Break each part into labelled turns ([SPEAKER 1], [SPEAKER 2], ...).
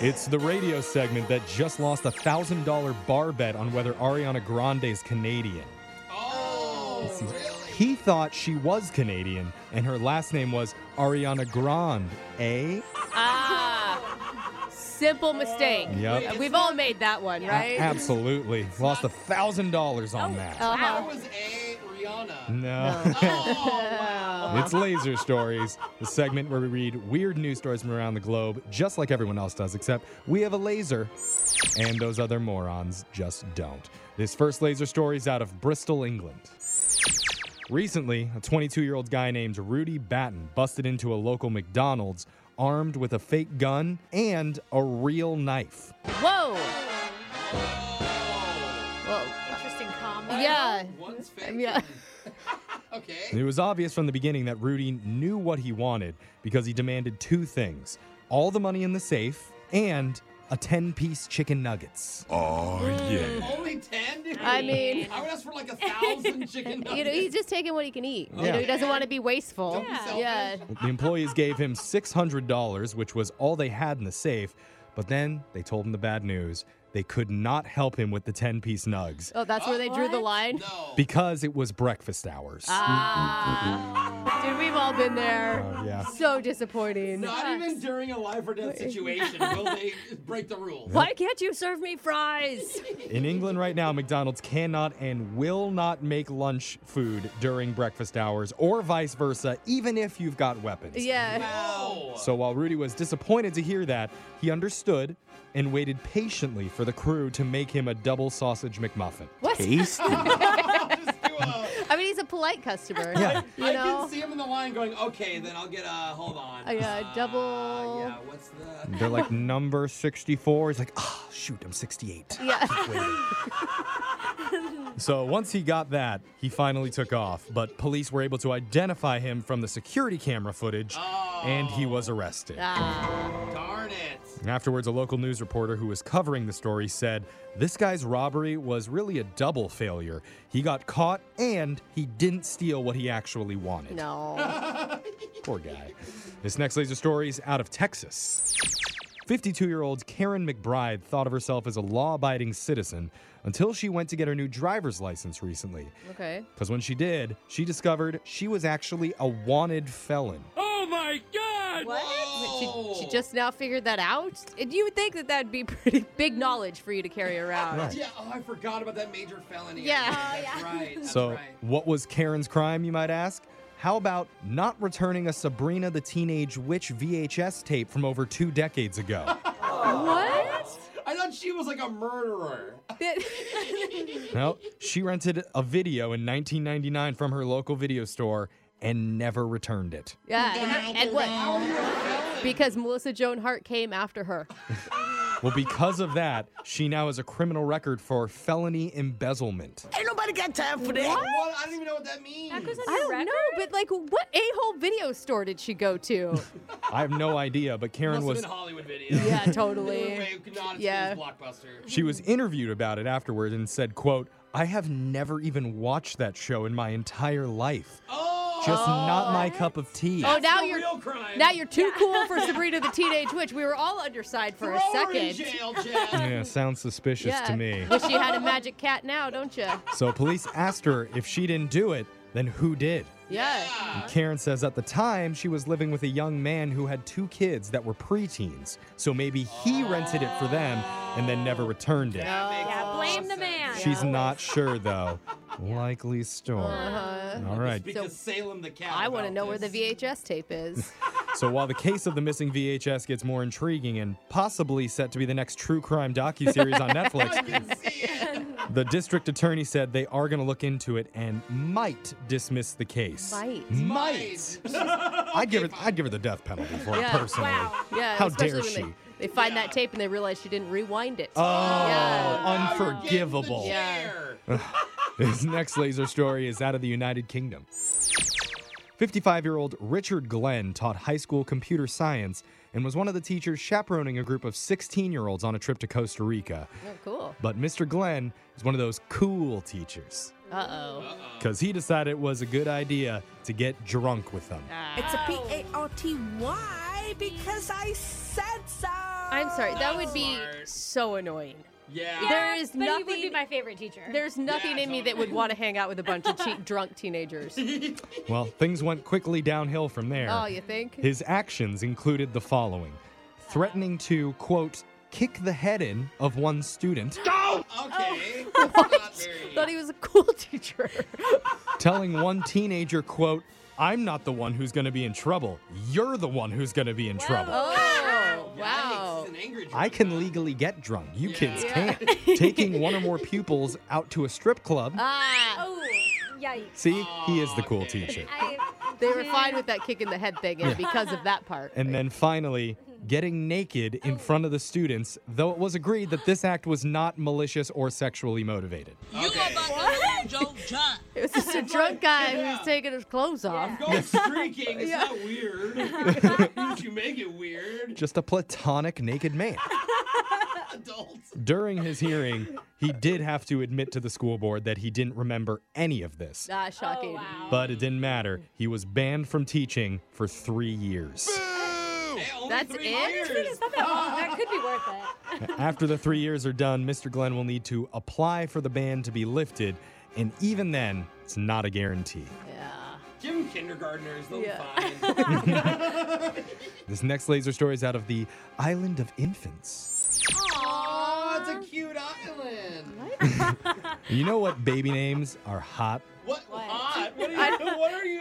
[SPEAKER 1] It's the radio segment that just lost a thousand dollar bar bet on whether Ariana Grande is Canadian.
[SPEAKER 2] Oh,
[SPEAKER 1] He thought she was Canadian and her last name was Ariana Grande, eh?
[SPEAKER 3] Ah, simple mistake. Uh,
[SPEAKER 1] Yep.
[SPEAKER 3] We've all made that one, right?
[SPEAKER 1] Absolutely. Lost a thousand dollars on that.
[SPEAKER 2] That
[SPEAKER 3] Uh-huh.
[SPEAKER 2] was a Rihanna.
[SPEAKER 1] No.
[SPEAKER 2] Oh,
[SPEAKER 3] Uh,
[SPEAKER 2] wow.
[SPEAKER 1] It's Laser Stories, the segment where we read weird news stories from around the globe, just like everyone else does, except we have a laser, and those other morons just don't. This first laser story is out of Bristol, England. Recently, a 22 year old guy named Rudy Batten busted into a local McDonald's armed with a fake gun and a real knife.
[SPEAKER 3] Whoa.
[SPEAKER 4] Interesting combo.
[SPEAKER 3] Yeah.
[SPEAKER 2] One's fake.
[SPEAKER 3] Yeah.
[SPEAKER 2] Okay.
[SPEAKER 1] It was obvious from the beginning that Rudy knew what he wanted because he demanded two things all the money in the safe and a 10 piece chicken nuggets.
[SPEAKER 2] Only 10? Dude.
[SPEAKER 3] I mean,
[SPEAKER 2] I would ask for like a thousand chicken nuggets.
[SPEAKER 3] you know, he's just taking what he can eat. You know,
[SPEAKER 1] Yeah.
[SPEAKER 3] he doesn't want to be wasteful.
[SPEAKER 2] Don't be selfish.
[SPEAKER 3] yeah.
[SPEAKER 1] The employees gave him $600, which was all they had in the safe, but then they told him the bad news. They could not help him with the 10 piece nugs
[SPEAKER 3] Oh, that's where they drew the
[SPEAKER 4] What?
[SPEAKER 3] line.
[SPEAKER 2] No.
[SPEAKER 1] because it was breakfast hours.
[SPEAKER 3] Ah, dude, we've all been there.
[SPEAKER 1] Oh, yeah.
[SPEAKER 3] So disappointing.
[SPEAKER 2] Not even during a life or death situation will they break the rules.
[SPEAKER 4] Why can't you serve me fries?
[SPEAKER 1] In England right now, McDonald's cannot and will not make lunch food during breakfast hours or vice versa, even if you've got weapons.
[SPEAKER 3] Yeah.
[SPEAKER 2] Wow.
[SPEAKER 1] So while Rudy was disappointed to hear that, he understood and waited patiently for the crew to make him a double sausage McMuffin.
[SPEAKER 3] What?
[SPEAKER 2] Just do a-
[SPEAKER 3] I mean, he's a polite customer.
[SPEAKER 1] Yeah.
[SPEAKER 3] You
[SPEAKER 2] I
[SPEAKER 3] know?
[SPEAKER 2] can see him in the line going, okay, then I'll get a, hold on.
[SPEAKER 3] I got a
[SPEAKER 2] Uh,
[SPEAKER 3] double-
[SPEAKER 2] yeah, what's the.
[SPEAKER 1] They're like number 64. He's like, ah, shoot, I'm 68.
[SPEAKER 3] Yeah.
[SPEAKER 1] So once he got that, he finally took off. But police were able to identify him from the security camera footage, and he was arrested.
[SPEAKER 3] Ah.
[SPEAKER 2] Darn it.
[SPEAKER 1] Afterwards, a local news reporter who was covering the story said, This guy's robbery was really a double failure. He got caught and he didn't steal what he actually wanted.
[SPEAKER 3] No.
[SPEAKER 1] Poor guy. This next laser story is out of Texas. 52 year old Karen McBride thought of herself as a law abiding citizen until she went to get her new driver's license recently.
[SPEAKER 3] Okay.
[SPEAKER 1] Because when she did, she discovered she was actually a wanted felon.
[SPEAKER 2] Oh, Whoa.
[SPEAKER 3] She, she just now figured that out? And you would think that that'd be pretty big knowledge for you to carry around.
[SPEAKER 1] Right.
[SPEAKER 2] Yeah, oh, I forgot about that major felony.
[SPEAKER 3] Yeah.
[SPEAKER 2] Oh, yeah. That's right. That's
[SPEAKER 1] So,
[SPEAKER 2] right.
[SPEAKER 1] what was Karen's crime, you might ask? How about not returning a Sabrina the Teenage Witch VHS tape from over two decades ago?
[SPEAKER 3] What?
[SPEAKER 2] I thought she was like a murderer.
[SPEAKER 1] Well, she rented a video in 1999 from her local video store and never returned it.
[SPEAKER 3] yeah. And, and what?
[SPEAKER 2] Felon.
[SPEAKER 3] Because Melissa Joan Hart came after her.
[SPEAKER 1] Well, because of that, she now has a criminal record for felony embezzlement.
[SPEAKER 2] What? I don't even know what that means.
[SPEAKER 3] I don't know, but like, what a hole video store did she go to?
[SPEAKER 1] I have no idea, but Karen
[SPEAKER 2] Must have
[SPEAKER 1] was
[SPEAKER 2] been Hollywood video.
[SPEAKER 3] yeah,
[SPEAKER 2] Way
[SPEAKER 3] totally.
[SPEAKER 2] not as
[SPEAKER 3] Yeah.
[SPEAKER 2] good as blockbuster.
[SPEAKER 1] she was interviewed about it afterward and said, quote, I have never even watched that show in my entire life.
[SPEAKER 2] Oh,
[SPEAKER 1] Just not my cup of tea.
[SPEAKER 3] Oh, now
[SPEAKER 2] the
[SPEAKER 3] you're
[SPEAKER 2] real crime.
[SPEAKER 3] now you're too cool for Sabrina the Teenage Witch. We were all underside for a
[SPEAKER 2] Throw her in
[SPEAKER 3] second.
[SPEAKER 2] jail, Jeff.
[SPEAKER 1] Yeah, sounds suspicious to me.
[SPEAKER 3] Wish you had a magic cat now, don't you?
[SPEAKER 1] So police asked her if she didn't do it, then who did?
[SPEAKER 3] Yeah.
[SPEAKER 1] Karen says at the time she was living with a young man who had two kids that were preteens. So maybe he rented it for them and then never returned it.
[SPEAKER 4] Yeah, blame the man.
[SPEAKER 1] She's not sure though. Likely story.
[SPEAKER 3] Uh-huh.
[SPEAKER 1] All right.
[SPEAKER 2] Because
[SPEAKER 3] So-
[SPEAKER 2] Salem the cat.
[SPEAKER 3] I want to
[SPEAKER 2] about
[SPEAKER 3] know where the
[SPEAKER 2] this.
[SPEAKER 3] VHS tape is.
[SPEAKER 1] So while the case of the missing VHS gets more intriguing and possibly set to be the next true crime docuseries on
[SPEAKER 2] I
[SPEAKER 1] Netflix,
[SPEAKER 2] can see it.
[SPEAKER 1] the district attorney said they are going to look into it and might dismiss the case.
[SPEAKER 3] Might.
[SPEAKER 1] Might. I'd give it. I'd give her the death penalty for it
[SPEAKER 3] Yeah.
[SPEAKER 1] personally.
[SPEAKER 4] Wow.
[SPEAKER 3] Yeah.
[SPEAKER 1] How
[SPEAKER 3] especially
[SPEAKER 1] dare
[SPEAKER 3] when
[SPEAKER 1] she?
[SPEAKER 3] They, they find that tape and they realize she didn't rewind it.
[SPEAKER 1] Oh,
[SPEAKER 3] Yeah.
[SPEAKER 2] Now you're getting the
[SPEAKER 1] unforgivable.
[SPEAKER 2] chair.
[SPEAKER 1] His next laser story is out of the United Kingdom. 55 year old Richard Glenn taught high school computer science and was one of the teachers chaperoning a group of 16 year olds on a trip to Costa Rica.
[SPEAKER 3] Oh, cool.
[SPEAKER 1] But Mr. Glenn is one of those cool teachers
[SPEAKER 3] Uh oh.
[SPEAKER 1] because he decided it was a good idea to get drunk with them.
[SPEAKER 5] It's a P A R T Y because I said so.
[SPEAKER 3] I'm sorry. That
[SPEAKER 2] Not
[SPEAKER 3] would be
[SPEAKER 2] smart.
[SPEAKER 3] so annoying.
[SPEAKER 2] Yeah.
[SPEAKER 3] There is
[SPEAKER 4] but he would be
[SPEAKER 3] nothing-
[SPEAKER 4] my favorite teacher.
[SPEAKER 3] There's nothing
[SPEAKER 2] Yeah,
[SPEAKER 3] in me that would
[SPEAKER 2] totally.
[SPEAKER 3] want to hang out with a bunch of te- drunk teenagers.
[SPEAKER 1] Well, things went quickly downhill from there.
[SPEAKER 3] Oh, you think?
[SPEAKER 1] His actions included the following threatening to, quote, kick the head in of one student,
[SPEAKER 2] Okay.
[SPEAKER 3] Oh.
[SPEAKER 2] That's not very.
[SPEAKER 3] Thought he was a cool teacher.
[SPEAKER 1] telling one teenager, quote, I'm not the one who's going to be in trouble. You're the one who's going to be in trouble.
[SPEAKER 3] Oh,
[SPEAKER 2] Yikes,
[SPEAKER 3] wow.
[SPEAKER 2] it's an angry drunk.
[SPEAKER 1] I can legally get drunk. You
[SPEAKER 2] oh. Yeah.
[SPEAKER 1] kids
[SPEAKER 3] Yeah.
[SPEAKER 1] can't. Taking one or more pupils out to a strip club.
[SPEAKER 3] Ah,
[SPEAKER 4] Oh, yikes.
[SPEAKER 1] See, he is the cool
[SPEAKER 2] Okay.
[SPEAKER 1] teacher.
[SPEAKER 4] I,
[SPEAKER 3] they were fine with that kick in the head thing and because of that part.
[SPEAKER 1] And then finally, getting naked in front of the students, though it was agreed that this act was not malicious or sexually motivated.
[SPEAKER 5] You
[SPEAKER 2] Okay.
[SPEAKER 5] about to lose your job.
[SPEAKER 3] it was just a drunk guy who
[SPEAKER 2] Yeah.
[SPEAKER 3] was taking his clothes off.
[SPEAKER 2] Go streaking. It's
[SPEAKER 3] Yeah.
[SPEAKER 2] not weird. At least you make it weird.
[SPEAKER 1] Just a platonic naked man.
[SPEAKER 2] Adults.
[SPEAKER 1] During his hearing, he did have to admit to the school board that he didn't remember any of this.
[SPEAKER 3] Ah, shocking.
[SPEAKER 4] oh, wow.
[SPEAKER 1] But it didn't matter. He was banned from teaching for three years.
[SPEAKER 2] Hey, only
[SPEAKER 3] That's
[SPEAKER 2] three
[SPEAKER 3] it?
[SPEAKER 2] Years.
[SPEAKER 4] Not that, long. that could be worth it.
[SPEAKER 1] After the three years are done, Mr. Glenn will need to apply for the ban to be lifted, and even then, it's not a guarantee.
[SPEAKER 3] Yeah.
[SPEAKER 2] Give them kindergartners. They'll
[SPEAKER 3] Yeah.
[SPEAKER 2] be fine.
[SPEAKER 1] This next laser story is out of the Island of Infants.
[SPEAKER 2] Aw, it's a cute island.
[SPEAKER 1] You know what baby names are hot?
[SPEAKER 2] What?
[SPEAKER 4] What?
[SPEAKER 2] Hot? What are you? what are you?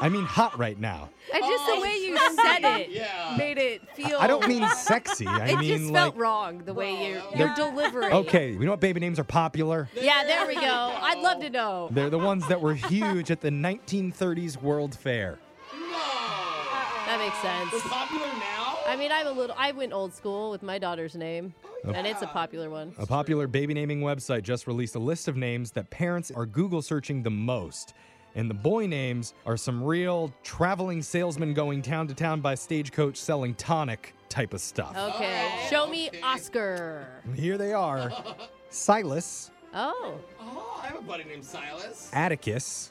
[SPEAKER 1] I mean, hot right now.
[SPEAKER 3] And just
[SPEAKER 2] Oh,
[SPEAKER 3] the way you said it
[SPEAKER 2] yeah.
[SPEAKER 3] made it feel.
[SPEAKER 1] I don't mean sexy. I
[SPEAKER 3] It
[SPEAKER 1] mean,
[SPEAKER 3] just
[SPEAKER 1] like,
[SPEAKER 3] felt wrong the way you
[SPEAKER 2] Well,
[SPEAKER 3] your
[SPEAKER 1] They're-
[SPEAKER 3] delivery.
[SPEAKER 1] okay, you know what baby names are popular?
[SPEAKER 3] Yeah, there we go. I'd love to know.
[SPEAKER 1] They're the ones that were huge at the 1930s World Fair.
[SPEAKER 2] No.
[SPEAKER 3] That makes
[SPEAKER 2] They're
[SPEAKER 3] sense.
[SPEAKER 2] popular now.
[SPEAKER 3] I mean, I'm a little. I went old school with my daughter's name, and it's a
[SPEAKER 2] yeah.
[SPEAKER 3] popular one.
[SPEAKER 1] A popular baby naming website just released a list of names that parents are Google searching the most. And the boy names are some real traveling salesman going town to town by stagecoach selling tonic type of stuff.
[SPEAKER 3] Okay,
[SPEAKER 2] Oh,
[SPEAKER 3] show me
[SPEAKER 2] okay.
[SPEAKER 3] Oscar.
[SPEAKER 1] And Here they are Silas,
[SPEAKER 3] Oh,
[SPEAKER 2] Oh, I have a buddy named Silas.
[SPEAKER 1] Atticus,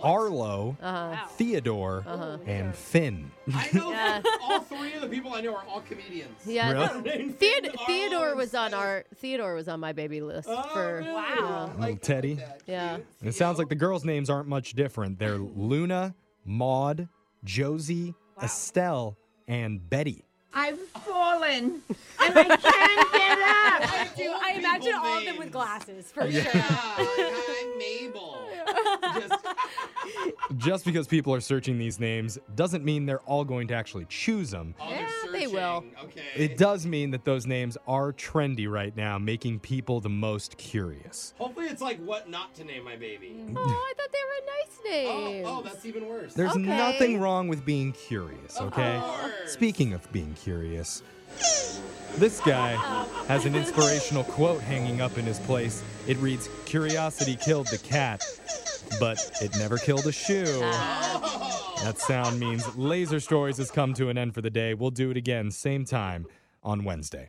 [SPEAKER 4] Oh,
[SPEAKER 1] Arlo,
[SPEAKER 3] uh,
[SPEAKER 4] wow.
[SPEAKER 1] Theodore,
[SPEAKER 4] Uh-huh.
[SPEAKER 1] and Finn.
[SPEAKER 2] I know
[SPEAKER 3] Yeah.
[SPEAKER 2] all three of the people I know are all comedians.
[SPEAKER 3] yeah.
[SPEAKER 1] Really?
[SPEAKER 2] They're named Finn,
[SPEAKER 3] Theod-
[SPEAKER 2] Arlo,
[SPEAKER 3] Theodore
[SPEAKER 2] and
[SPEAKER 3] was on
[SPEAKER 2] Silas.
[SPEAKER 3] our Theodore was on my baby list
[SPEAKER 2] Oh,
[SPEAKER 3] for
[SPEAKER 2] really?
[SPEAKER 4] Wow.
[SPEAKER 1] Little
[SPEAKER 2] look
[SPEAKER 1] Teddy.
[SPEAKER 2] at that.
[SPEAKER 3] Yeah.
[SPEAKER 2] Cute.
[SPEAKER 1] It sounds
[SPEAKER 2] Theo.
[SPEAKER 1] like the girls' names aren't much different. They're Luna, Maud, Josie, Estelle, and Betty.
[SPEAKER 6] I've fallen and I can't get up.
[SPEAKER 2] I,
[SPEAKER 4] Dude, I imagine all of them with glasses
[SPEAKER 3] Oh,
[SPEAKER 4] for
[SPEAKER 2] Yeah,
[SPEAKER 4] sure.
[SPEAKER 2] I'm Mabel. Just, oh,
[SPEAKER 1] Just because people are searching these names doesn't mean they're all going to actually choose them.
[SPEAKER 2] oh, they're
[SPEAKER 3] Yeah, they will.
[SPEAKER 2] searching. Okay.
[SPEAKER 1] It does mean that those names are trendy right now, making people the most curious.
[SPEAKER 2] Hopefully, it's like what not to name my baby.
[SPEAKER 3] oh, I thought they were nice
[SPEAKER 2] Oh,
[SPEAKER 3] names.
[SPEAKER 2] oh, that's even worse.
[SPEAKER 1] There's
[SPEAKER 3] Okay.
[SPEAKER 1] nothing wrong with being curious,
[SPEAKER 2] Of
[SPEAKER 1] okay?
[SPEAKER 2] course.
[SPEAKER 1] Speaking of being curious, this guy has an inspirational quote hanging up in his place. It reads, Curiosity killed the cat, but it never killed a shoe.
[SPEAKER 2] Oh.
[SPEAKER 1] That sound means Laser Stories has come to an end for the day. We'll do it again, same time on Wednesday.